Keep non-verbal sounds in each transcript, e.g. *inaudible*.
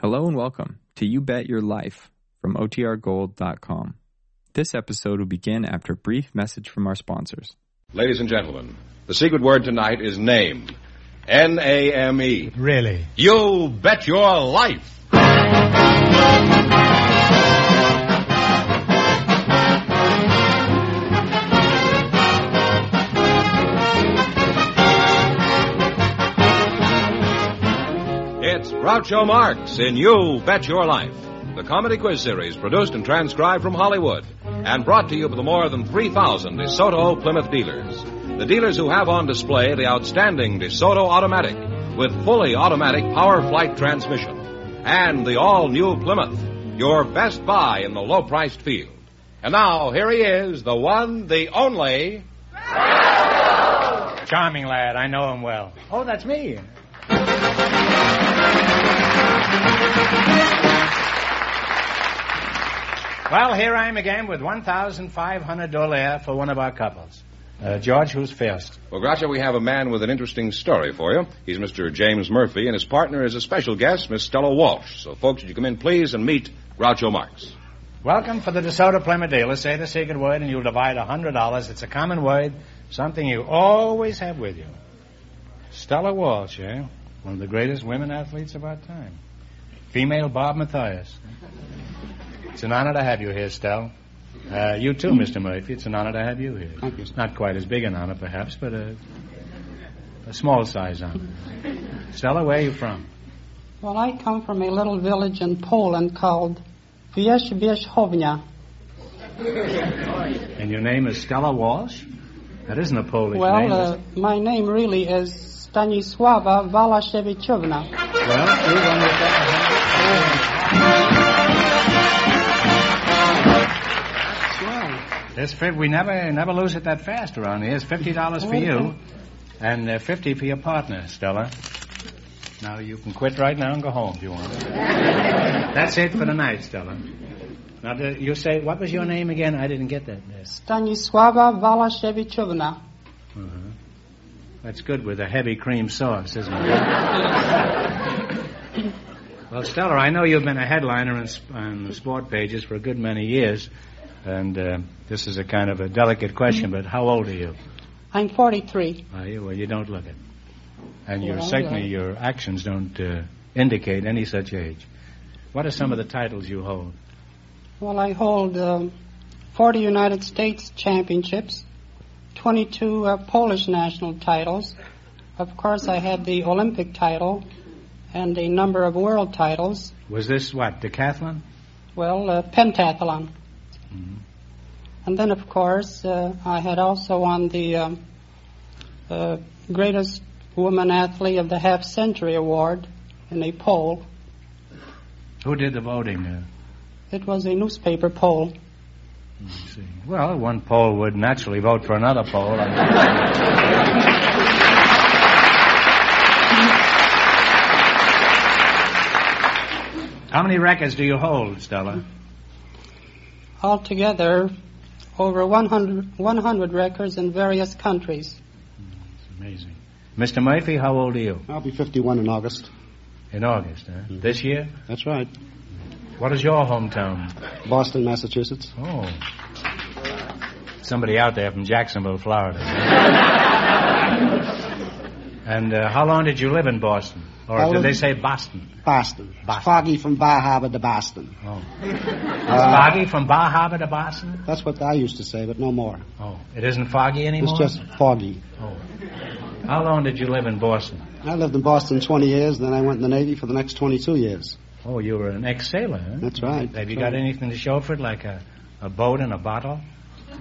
Hello and welcome to You Bet Your Life from OTRGold.com. This episode will begin after a brief message from our sponsors. Ladies and gentlemen, the secret word tonight is name. N A M E. Really? You bet your life. It's Groucho Marx in You Bet Your Life, the comedy quiz series produced and transcribed from Hollywood and brought to you by the more than 3,000 DeSoto Plymouth dealers. The dealers who have on display the outstanding DeSoto Automatic with fully automatic power flight transmission and the all new Plymouth, your best buy in the low priced field. And now, here he is, the one, the only. Charming lad. I know him well. Oh, that's me. Well, here I am again with $1,500 for one of our couples. Uh, George, who's first? Well, Groucho, we have a man with an interesting story for you. He's Mr. James Murphy, and his partner is a special guest, Miss Stella Walsh. So, folks, would you come in, please, and meet Groucho Marx. Welcome for the DeSoto Plymouth dealer. Say the secret word and you'll divide $100. It's a common word, something you always have with you. Stella Walsh, eh? One of the greatest women athletes of our time. Female Bob Mathias. It's an honor to have you here, Stella. Uh, you too, Mr. Murphy. It's an honor to have you here. Thank you. It's not quite as big an honor, perhaps, but a, a small size honor. Stella, where are you from? Well, I come from a little village in Poland called Wierzbiechownia. And your name is Stella Walsh? That isn't a Polish name. Well, is uh, my name really is Stanisława Walaszewiczowna. it? Well, you're one of the- This fif- we never never lose it that fast around here. It's fifty dollars for you, and uh, fifty for your partner, Stella. Now you can quit right now and go home if you want. That's it for tonight, Stella. Now do you say what was your name again? I didn't get that. Yes. Stanisława Walaszewiczowna. Mm-hmm. That's good with a heavy cream sauce, isn't it? well, Stella, I know you've been a headliner in, sp- on the sport pages for a good many years, and uh, this is a kind of a delicate question, but how old are you? I'm 43. Are you? Well, you don't look it. And your, Well, certainly yeah. your actions don't uh, indicate any such age. What are some of the titles you hold? Well, I hold um 40 United States championships, 22 uh, Polish national titles. Of course, I had the Olympic title and a number of world titles. Was this what, decathlon? Well, uh, pentathlon. And then, of course, uh, I had also won the um, uh, greatest woman athlete of the half century award in a poll. Who did the voting? Uh, It was a newspaper poll. let me see. Well, one poll would naturally vote for another poll. I- How many records do you hold, Stella? Altogether, over 100, 100 records in various countries. It's amazing. Mr. Murphy, how old are you? I'll be 51 in August. In August, huh? This year? That's right. What is your hometown? Boston, Massachusetts. Oh. Somebody out there from Jacksonville, Florida. and uh, how long did you live in Boston? Or How did long- they say Boston? Boston. Boston. Foggy from Bar Harbor to Boston. Oh. it's foggy from Bar Harbor to Boston? That's what I used to say, but no more. Oh. It isn't foggy anymore? It's just foggy. Oh. How long did you live in Boston? I lived in Boston 20 years, then I went in the Navy for the next 22 years. Oh, you were an ex-sailor, huh? That's right. Have you got anything to show for it, like a, a boat and a bottle?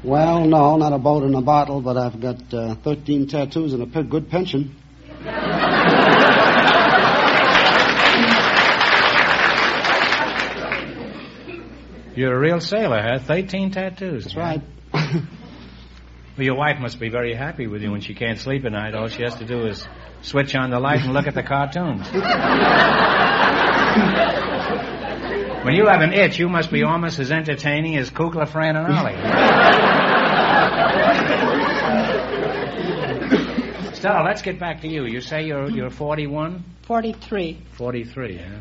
Well, no, not a boat and a bottle, but I've got uh, 13 tattoos and a pe- good pension. You're a real sailor, huh? Thirteen tattoos. That's huh? right. Well, your wife must be very happy with you when she can't sleep at night. All she has to do is switch on the light and look at the cartoons. when you have an itch, you must be almost as entertaining as Kukla, Fran, and Ollie. Stella, let's get back to you. You say you're you're 41, 43. 43. Huh?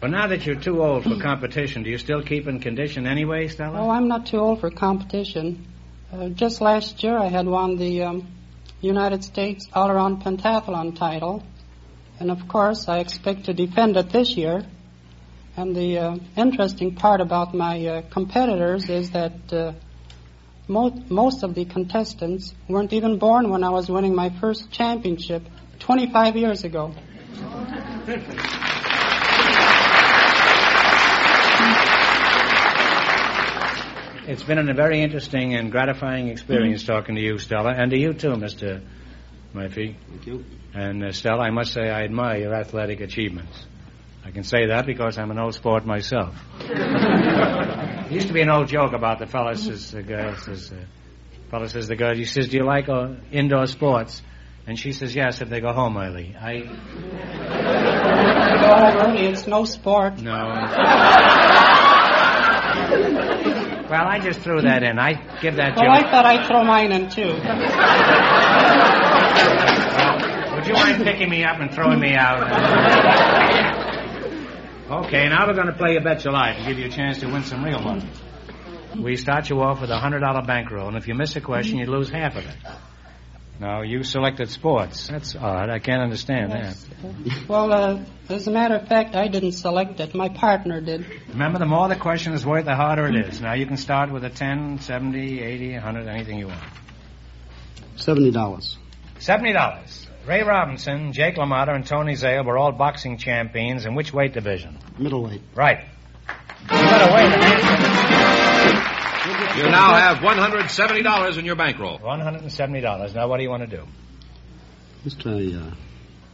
But now that you're too old for competition, do you still keep in condition anyway, Stella? Oh, I'm not too old for competition. Uh, just last year, I had won the um, United States All Around Pentathlon title, and of course, I expect to defend it this year. And the uh, interesting part about my uh, competitors is that uh, mo- most of the contestants weren't even born when I was winning my first championship 25 years ago. It's been a very interesting and gratifying experience talking to you, Stella, and to you too, Mr. Murphy. Thank you. And uh, Stella, I must say I admire your athletic achievements. I can say that because I'm an old sport myself. there used to be an old joke about the fella says the girl says, uh, fella says the girl, he says, do you like uh, indoor sports? And she says yes if they go home early. I If you go home early, it's no sport. no. well, I just threw that in. I give that Well, I joke. thought I'd throw mine in too. Would you mind picking me up and throwing me out? okay, now we're going to play You Bet Your Life and give you a chance to win some real money. We start you off with a $100 bankroll, and if you miss a question, you lose half of it. No, you selected sports. That's odd. I can't understand Well, uh, as a matter of fact, I didn't select it. My partner did. that. Remember, the more the question is worth, the harder it is. Now, you can start with a 10, 70, 80, 100, anything you want. Seventy dollars. Seventy dollars. Ray Robinson, Jake LaMotta, and Tony Zale were all boxing champions in which weight division? Middleweight. Right. You better wait. You now have $170 in your bankroll. One hundred and seventy dollars. Now, what do you want to do? Let's try uh,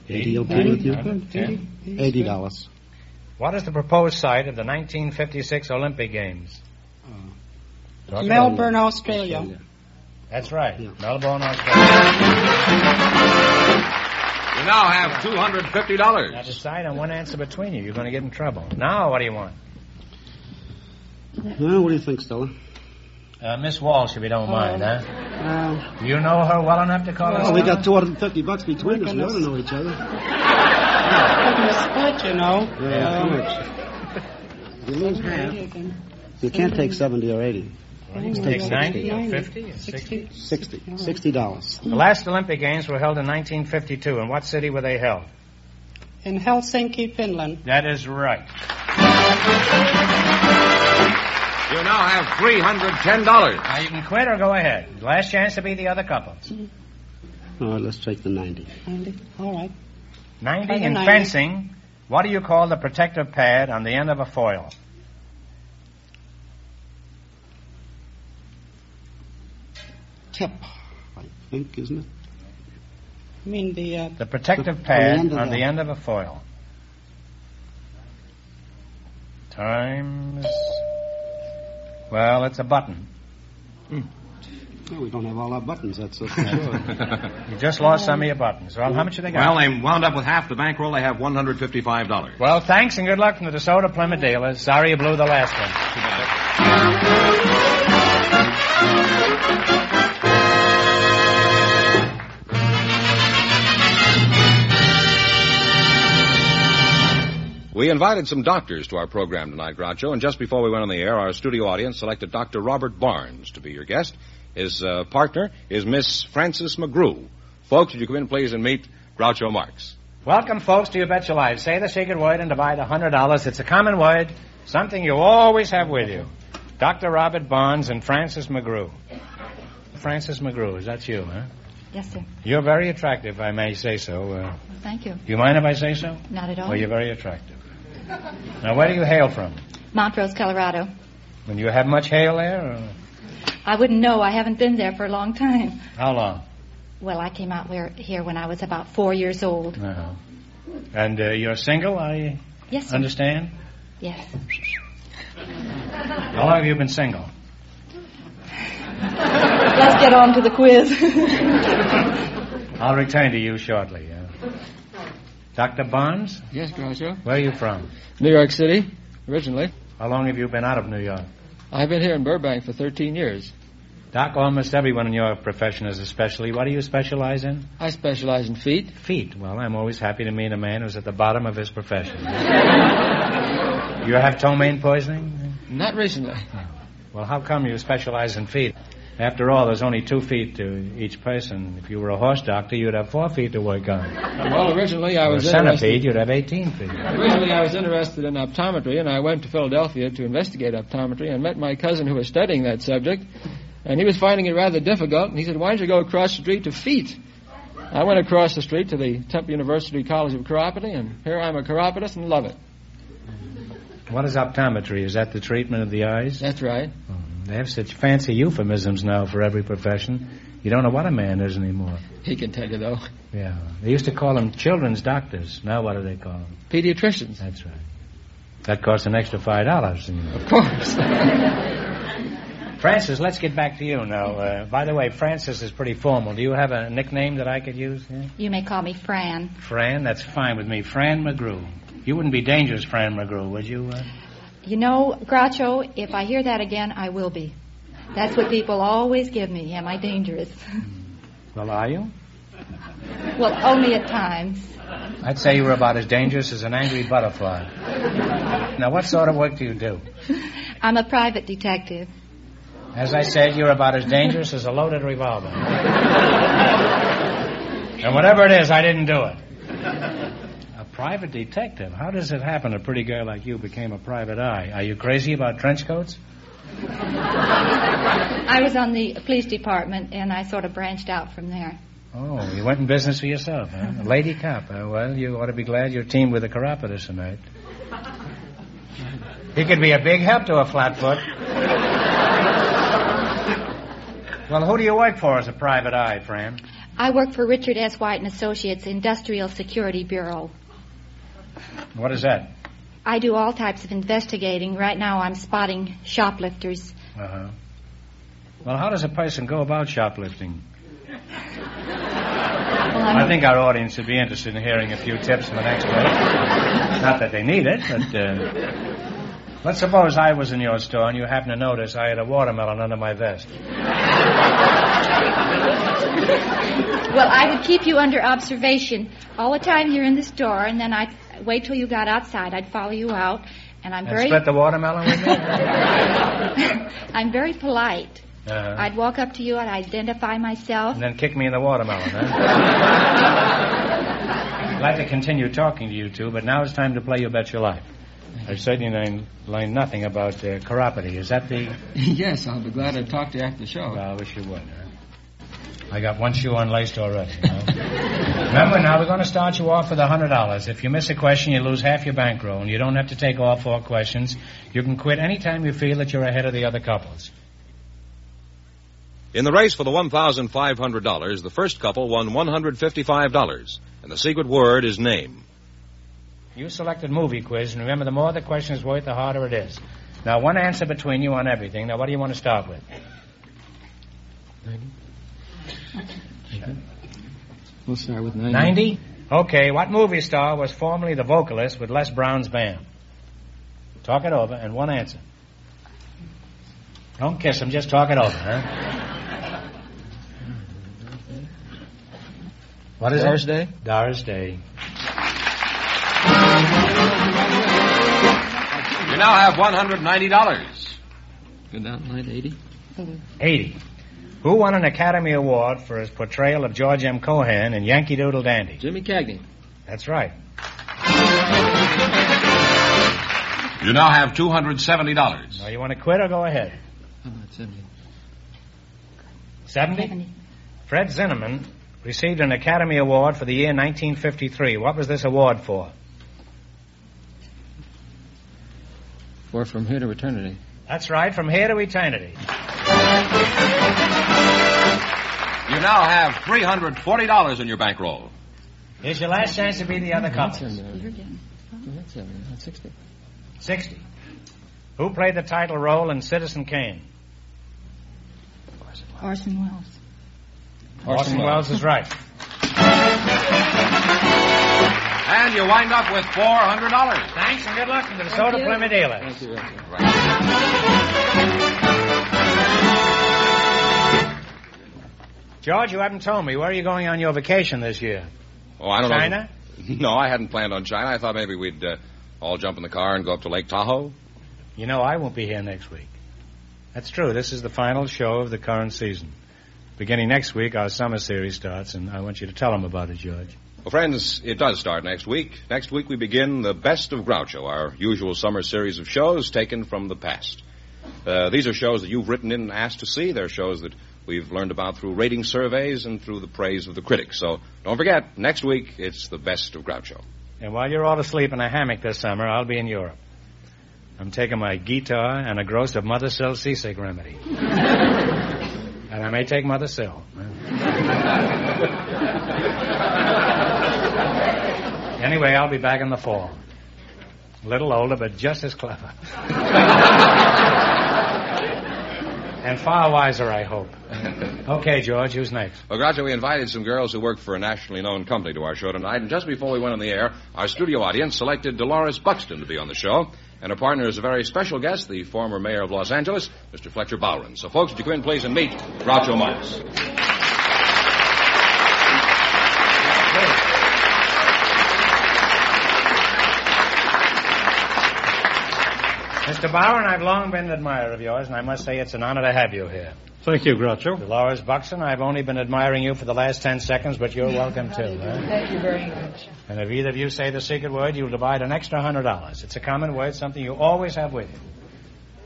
eighty. Okay with you? Ten. Eighty dollars. What is the proposed site of the nineteen fifty-six Olympic Games? Uh, Melbourne, Australia. That's right, Yeah. Melbourne, Australia. You now have Now $250. decide on one answer between you. You're going to get in trouble. Now, what do you want? Well, what do you think, Stella? Uh, Miss Walsh, if you don't mind, huh? Uh, Do you know her well enough to call us? well, Oh, we got two hundred and fifty bucks between us. We ought to know each other. Couldn't have split, you know. Yeah, Um, too much. You lose half. You can't take seventy or eighty. Take ninety or 90, fifty or sixty. Sixty. Sixty dollars. The last Olympic Games were held in 1952. In what city were they held? In Helsinki, Finland. That is right. You now have $310. Now you can quit or go ahead. Last chance to beat the other couples. All right, let's take the ninety. Andy? All right. 90 By the in 90. fencing. What do you call the protective pad on the end of a foil? Tip. I think, isn't it? I mean the uh, The protective The- pad the end of on the- the end of a foil. Times. Well, it's a button. No, we don't have all our buttons. That's that's for sure. You just lost some of your buttons. Well, how much do they got? Well, they wound up with half the bankroll. They have $155. Well, thanks and good luck from the DeSoto Plymouth dealers. Sorry you blew the last one. We invited some doctors to our program tonight, Groucho, and just before we went on the air, our studio audience selected Dr. Robert Barnes to be your guest. His uh, partner is Miss Frances McGrew. Folks, would you come in, please, and meet Groucho Marx? Welcome, folks, to You Bet Your Life. Say the secret word and divide $100. It's a common word, something you always have with you. Dr. Robert Barnes and Francis McGrew. Francis McGrew, is that you, huh? Yes, sir. You're very attractive, if I may say so. Uh, Thank you. do you mind if I say so? Not at all. Well, you're very attractive. Now, where do you hail from? Montrose, Colorado. When you have much hail there? Or I wouldn't know. I haven't been there for a long time. how long? Well, I came out where, here when I was about four years old. No. Uh-huh. And uh, you're single, I Yes, sir. understand? Yes. How long have you been single? Let's get on to the quiz. *laughs* I'll return to you shortly. Uh, Dr. Barnes, Yes, Groucho. where are you from? New York City, originally. How long have you been out of New York? I've been here in Burbank for 13 years. Doc, almost everyone in your profession is especially. What do you specialize in? I specialize in feet. *laughs* Feet. Well, I'm always happy to meet a man who's at the bottom of his profession. You have ptomaine poisoning? Not recently. Well, how come you specialize in feet? After all, there's only two feet to each person. If you were a horse doctor, you'd have four feet to work on. Well, originally I Or a was centipede, interested. you'd have 18 feet. Originally, I was interested in optometry, and I went to Philadelphia to investigate optometry and met my cousin who was studying that subject. And he was finding it rather difficult, and he said, Why don't you go across the street to feet? I went across the street to the Temple University College of Chiropody, and here I'm a chiropodist and love it. What is optometry? Is that the treatment of the eyes? Oh, That's right. They have such fancy euphemisms now for every profession. You don't know what a man is anymore. He can tell you, though. Yeah. They used to call them children's doctors. Now what do they call them? Pediatricians, That's right. That costs an extra five dollars. of course. *laughs* Francis, let's get back to you now. Uh, by the way, Francis is pretty formal. Do you have a nickname that I could use? here? You may call me Fran. Fran, that's fine with me. Fran McGrew. You wouldn't be dangerous, Fran McGrew, would you? Uh, You know, Groucho, if I hear that again, I will be. That's what people always give me. Am I dangerous? *laughs* well, are you? well, only at times. *laughs* I'd say you were about as dangerous as an angry butterfly. now, what sort of work do you do? I'm a private detective. As I said, you're about as dangerous as a loaded *laughs* revolver. and whatever it is, I didn't do it. A private detective? How does it happen a pretty girl like you became a private eye? Are you crazy about trench coats? I was on the police department, and I sort of branched out from there. Oh, you went in business for yourself, huh? A lady cop. Uh, well, you ought to be glad you're teamed with a chiropodist tonight. He could be a big help to a *laughs* flatfoot. well, who do you work for as a private eye, Fran? I work for Richard S. White and Associates Industrial Security Bureau. What is that? I do all types of investigating. Right now, I'm spotting shoplifters. Uh-huh. Well, how does a person go about shoplifting? Well, I'm- I think our audience would be interested in hearing a few tips from an expert. Not that they need it, but uh, let's suppose I was in your store and you happened to notice I had a watermelon under my vest. Well, I would keep you under observation all the time here in the store, and then I'd wait till you got outside. I'd follow you out, and I'm And very, split the watermelon with me? I'm very polite. Uh-huh. I'd walk up to you and identify myself. And then kick me in the watermelon, huh? I'd like to continue talking to you two, but now it's time to play You Bet Your Life. I've certainly learned, learned nothing about uh, chiropody. Is that the... *laughs* yes, I'll be glad to talk to you after the show. Well, I wish you would, huh? I got one shoe unlaced already. You know? Remember, now we're going to start you off with a hundred dollars. If you miss a question, you lose half your bankroll, and you don't have to take all four questions. You can quit any time you feel that you're ahead of the other couples. In the race for the $1,500, the first couple won $155, and the secret word is name. You selected movie quiz, and remember, the more the question is worth, the harder it is. Now, one answer between you on everything. Now, what do you want to start with? We'll start with 90. Ninety. Mm-hmm. Okay. What movie star was formerly the vocalist with Les Brown's band? Talk it over, and one answer. Don't kiss him. Just talk it over, huh? What is Doris it? Day? Doris Day. You now have $190. Go down to 90, 80. Eighty. Who won an Academy Award for his portrayal of George M. Cohan in Yankee Doodle Dandy? Jimmy Cagney. That's right. You now have $270. Now, you want to quit or go ahead? How about 70? 70? Fred Zinnemann received an Academy Award for the year 1953. What was this award for? Four from here to eternity. That's right, from here to eternity. You now have $340 in your bankroll. Here's your last chance to be the other Not couple. 70. Not 70, not 60. 60. Who played the title role in Citizen Kane? Orson Welles. Orson Welles is right. And you wind up with $400. Thanks and good luck to the Soda Plymouth Thank dealers. you, Roger. George, you haven't told me. Where are you going on your vacation this year? Oh, I don't know. China? *laughs* No, I hadn't planned on China. I thought maybe we'd uh, All jump in the car and go up to Lake Tahoe? You know, I won't be here next week. That's true. This is the final show of the current season. Beginning next week, our summer series starts, and I want you to tell them about it, George. Well, friends, it does start next week. Next week we begin the Best of Groucho, our usual summer series of shows taken from the past. Uh, these are shows that you've written in and asked to see. They're shows that we've learned about through rating surveys and through the praise of the critics. So don't forget, next week it's the Best of Groucho. And while you're all asleep in a hammock this summer, I'll be in Europe. I'm taking my guitar and a gross of Mother Cell seasick remedy. and I may take Mother Cell. anyway, I'll be back in the fall. A little older, but just as clever. and far wiser, I hope. Okay, George, who's next? Well, Groucho, we invited some girls who work for a nationally known company to our show tonight, and just before we went on the air, our studio audience selected Dolores Buxton to be on the show, and her partner is a very special guest, the former mayor of Los Angeles, Mr. Fletcher Bowron. So, folks, would you come in, please, and meet Groucho Marx. Mr. Bowen, I've long been an admirer of yours, and I must say it's an honor to have you here. Thank you, Groucho. Dolores Buxton, I've only been admiring you for the last ten seconds, but you're welcome too. huh? Thank you very much. And if either of you say the secret word, you'll divide an extra hundred dollars. It's a common word, something you always have with you.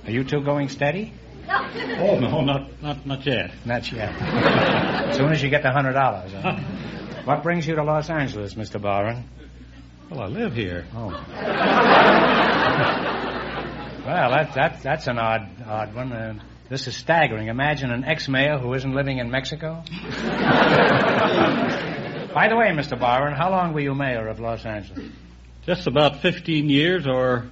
Are you two going steady? Oh, no, not, not, not yet. Not yet. as soon as you get the hundred dollars. *laughs* huh? What brings you to Los Angeles, Mr. Barron? Well, I live here. Oh. well, that, that, that's an odd, odd one. Uh, this is staggering. Imagine an ex-mayor who isn't living in Mexico. By the way, Mr. Barron, how long were you mayor of Los Angeles? Just about 15 years or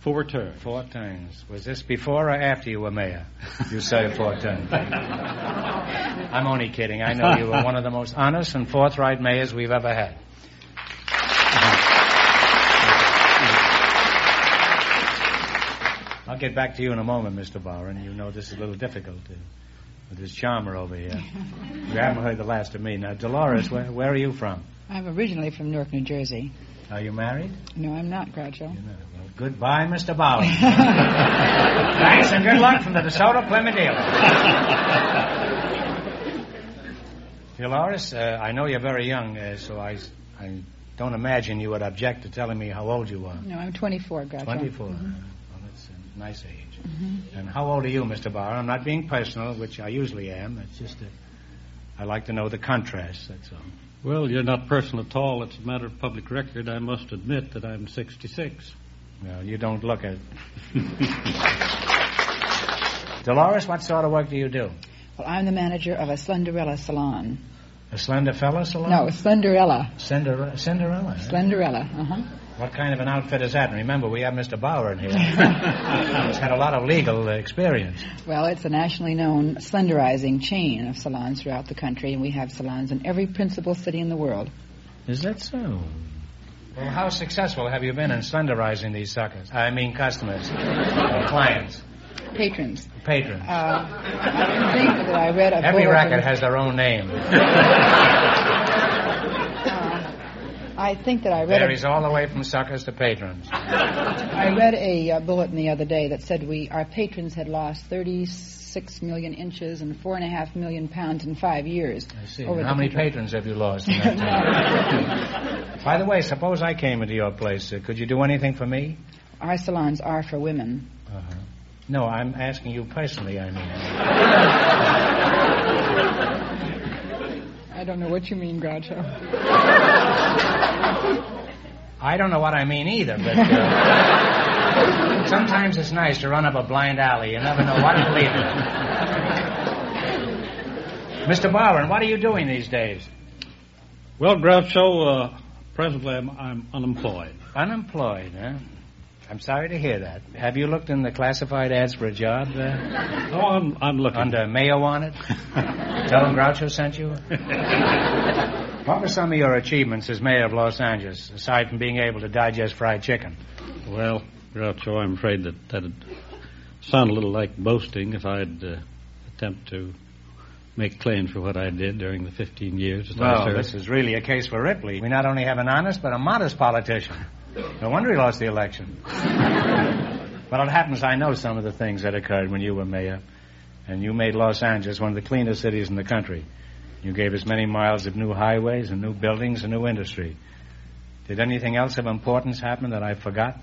four terms. Four times. Was this before or after you were mayor? You say four times. I'm only kidding. I know you were one of the most honest and forthright mayors we've ever had. I'll get back to you in a moment, Mr. Bowen. You know this is a little difficult uh, with this charmer over here. You haven't heard the last of me. Now, Dolores, where, where are you from? I'm originally from Newark, New Jersey. Are you married? No, I'm not, Groucho. No. Well, goodbye, Mr. Bowen. *laughs* Thanks and good luck from the DeSoto Plymouth dealer. Dolores, uh, I know you're very young, uh, so I, I don't imagine you would object to telling me how old you are. No, I'm 24, Groucho. 24. Well, that's a nice age. And how old are you, Mr. Bauer? I'm not being personal, which I usually am. It's just that I like to know the contrast, that's all. Well, you're not personal at all. It's a matter of public record. I must admit that I'm 66. Well, you don't look it. Dolores, what sort of work do you do? Well, I'm the manager of a Slenderella salon. A slender fella salon? No, Slenderella. Cinder- Cinderella. eh? Slenderella, uh-huh. What kind of an outfit is that? And remember, we have Mr. Bauer in here. He's had a lot of legal uh, experience. Well, it's a nationally known slenderizing chain of salons throughout the country, and we have salons in every principal city in the world. Is that so? Well, how successful have you been in slenderizing these suckers? I mean, customers, or clients, Patrons. patrons. Uh, I can think whether I read a Every bulletin- racket has their own name. I think that I read a Varies all the way from suckers to patrons. I read a uh, bulletin the other day that said we our patrons had lost 36 million inches and four and a half million pounds in five years. I see. Over How the many *laughs* *laughs* patrons have you lost in that *laughs* time? By the way, suppose I came into your place. Uh, could you do anything for me? Our salons are for women. Uh-huh. No, I'm asking you personally, I mean. I don't know what you mean, Groucho. I don't know what I mean either, but uh, sometimes it's nice to run up a blind alley. You never know what to lead in. Mr. Barron, what are you doing these days? Well, Groucho, uh, presently I'm, I'm unemployed. Unemployed, huh? I'm sorry to hear that. Have you looked in the classified ads for a job uh, Oh, I'm, I'm looking. under Mayo on it? *laughs* Tell him Groucho sent you? what were some of your achievements as mayor of Los Angeles, aside from being able to digest fried chicken? *laughs* Well, Groucho, I'm afraid that that'd sound a little like boasting if I'd uh, attempt to make claims for what I did during the 15 years that I Well, served. this is really a case for Ripley. We not only have an honest, but a modest politician. No wonder he lost the election. well, it happens I know some of the things that occurred when you were mayor, and you made Los Angeles one of the cleanest cities in the country. You gave us many miles of new highways and new buildings and new industry. Did anything else of importance happen that I forgot?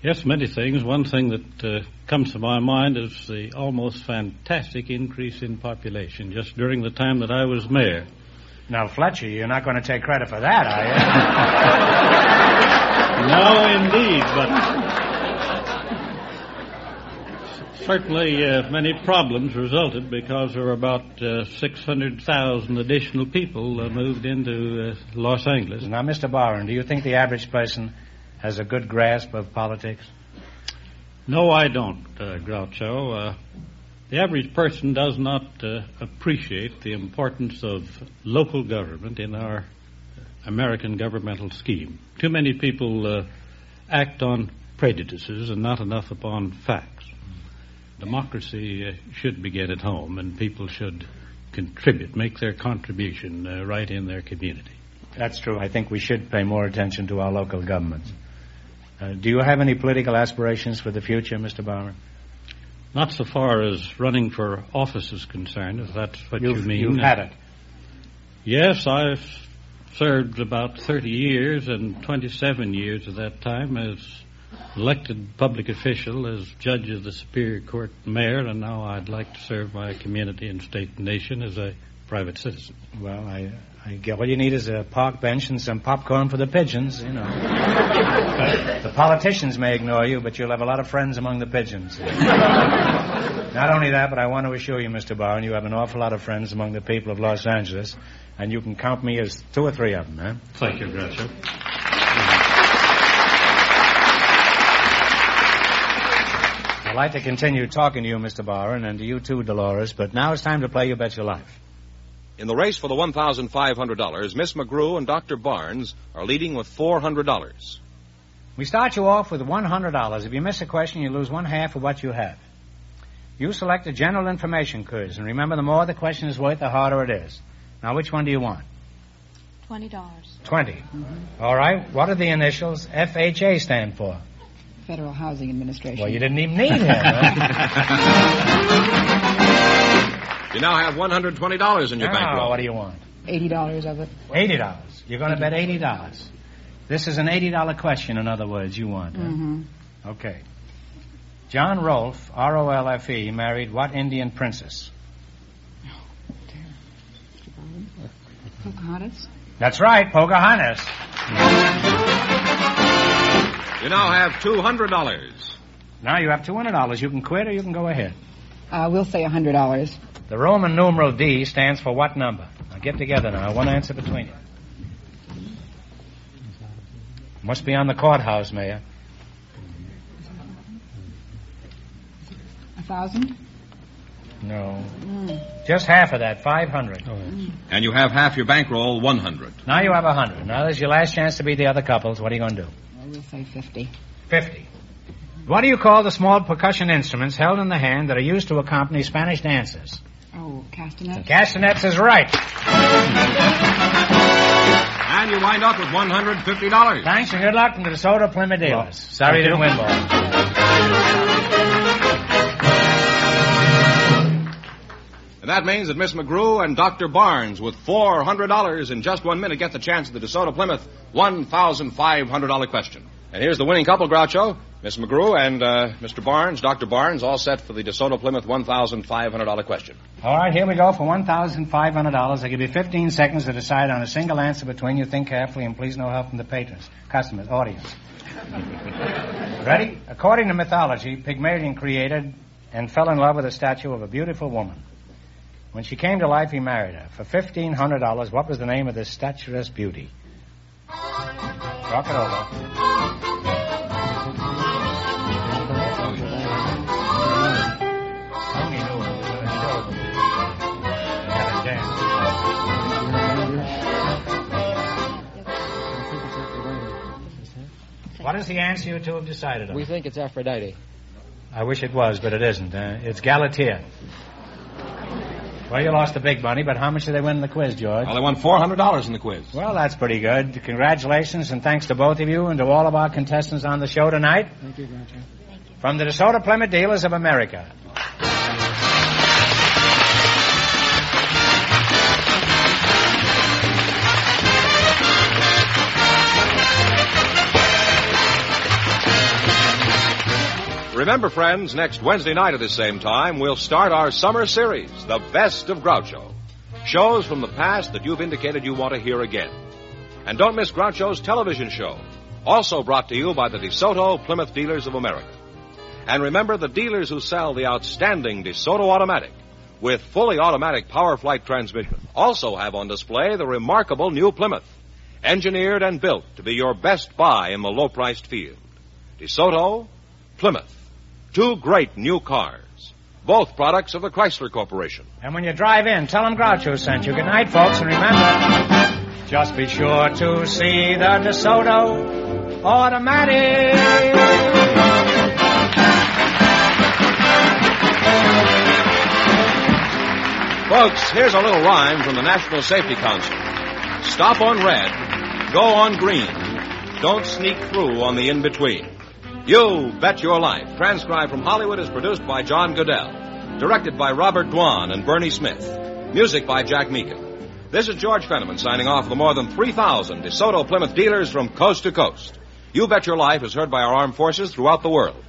Yes, many things. One thing that uh, comes to my mind is the almost fantastic increase in population just during the time that I was mayor. Now, Fletcher, you're not going to take credit for that, are you? no, indeed, but certainly uh, many problems resulted because there were about uh, 600,000 additional people uh, moved into Los Angeles. *laughs* Now, Mr. Barron, do you think the average person has a good grasp of politics? No, I don't, uh, Groucho. the average person does not uh, appreciate the importance of local government in our American governmental scheme. Too many people uh, act on prejudices and not enough upon facts democracy uh, should begin at home, and people should contribute, make their contribution uh, right in their community. That's true. I think we should pay more attention to our local governments. Uh, do you have any political aspirations for the future, Mr. Bauer? Not so far as running for office is concerned, if that's what you've, you mean. You've had it. Yes, I've served about 30 years, and 27 years of that time as elected public official as judge of the Superior Court mayor, and now I'd like to serve my community and state and nation as a private citizen. Well, I, I get all you need is a park bench and some popcorn for the pigeons, *laughs* you know. the politicians may ignore you, but you'll have a lot of friends among the pigeons. *laughs* Not only that, but I want to assure you, Mr. Barron, you have an awful lot of friends among the people of Los Angeles, and you can count me as two or three of them, eh? Thank you, Groucho. I'd like to continue talking to you, Mr. Barron, and to you too, Dolores, but now it's time to play You Bet Your Life. In the race for the $1,500, Miss McGrew and Dr. Barnes are leading with $400. We start you off with $100. If you miss a question, you lose one half of what you have. You select a general information quiz, and remember, the more the question is worth, the harder it is. Now, which one do you want? $20. 20 mm-hmm. All right. What do the initials FHA stand for? Federal Housing Administration. Well, you didn't even need him. *laughs* Huh? you now have $120 *laughs* in your now, bankroll. What do you want? $80 of it. $80. You're going to bet $80. This is an $80 question, in other words, you want. Huh? Mm-hmm. Okay. John Rolfe, R O L F E, married what Indian princess? Oh, Pocahontas? That's right, Pocahontas. You now have two hundred dollars. Now you have two hundred dollars. You can quit or you can go ahead. Uh, we'll say hundred dollars. The Roman numeral D stands for what number? Now get together now. One answer between you. Must be on the courthouse, Mayor. A thousand? No. Mm. Just half of that, five hundred. Oh, yes. mm. And you have half your bankroll, one hundred. Now you have a hundred. Now there's your last chance to beat the other couples. What are you going to do? we'll say 50. 50. What do you call the small percussion instruments held in the hand that are used to accompany Spanish dances? Oh, castanets. Castanets is right. And you wind up with $150. Thanks and good luck to the Soda Plymouth Dealers. Well, Sorry you didn't win, And that means that Miss McGrew and Dr. Barnes, with $400 in just one minute, get the chance at the DeSoto Plymouth $1,500 question. And here's the winning couple, Groucho. Miss McGrew and uh, Mr. Barnes, Dr. Barnes, all set for the DeSoto Plymouth $1,500 question. All right, here we go for $1,500. I give you 15 seconds to decide on a single answer between you. Think carefully, and please no help from the patrons, customers, *laughs* audience. Ready? According to mythology, Pygmalion created and fell in love with a statue of a beautiful woman. When she came to life, he married her. For $1,500, what was the name of this statuesque beauty? Rock it What is the answer you two have decided on? We think it's Aphrodite. I wish it was, but it isn't. Uh, it's Galatea. Well, you lost the big money, but how much did they win in the quiz, George? Well, they won $400 in the quiz. Well, that's pretty good. Congratulations and thanks to both of you and to all of our contestants on the show tonight. Thank you, Groucho. From the DeSoto Plymouth Dealers of America. Remember, friends, next Wednesday night at the same time, we'll start our summer series, The Best of Groucho. Shows from the past that you've indicated you want to hear again. And don't miss Groucho's television show, also brought to you by the DeSoto Plymouth Dealers of America. And remember the dealers who sell the outstanding DeSoto Automatic with fully automatic power flight transmission also have on display the remarkable new Plymouth, engineered and built to be your best buy in the low priced field. DeSoto, Plymouth. Two great new cars, both products of the Chrysler Corporation. And when you drive in, tell them Groucho sent you. Good night, folks, and remember, just be sure to see the DeSoto Automatic. Folks, here's a little rhyme from the National Safety Council Stop on red, go on green, don't sneak through on the in between. You Bet Your Life, transcribed from Hollywood, is produced by John Goodell, directed by Robert Dwan and Bernie Smith, music by Jack Meekin. This is George Fenneman signing off for the more than 3,000 DeSoto Plymouth dealers from coast to coast. You Bet Your Life is heard by our armed forces throughout the world.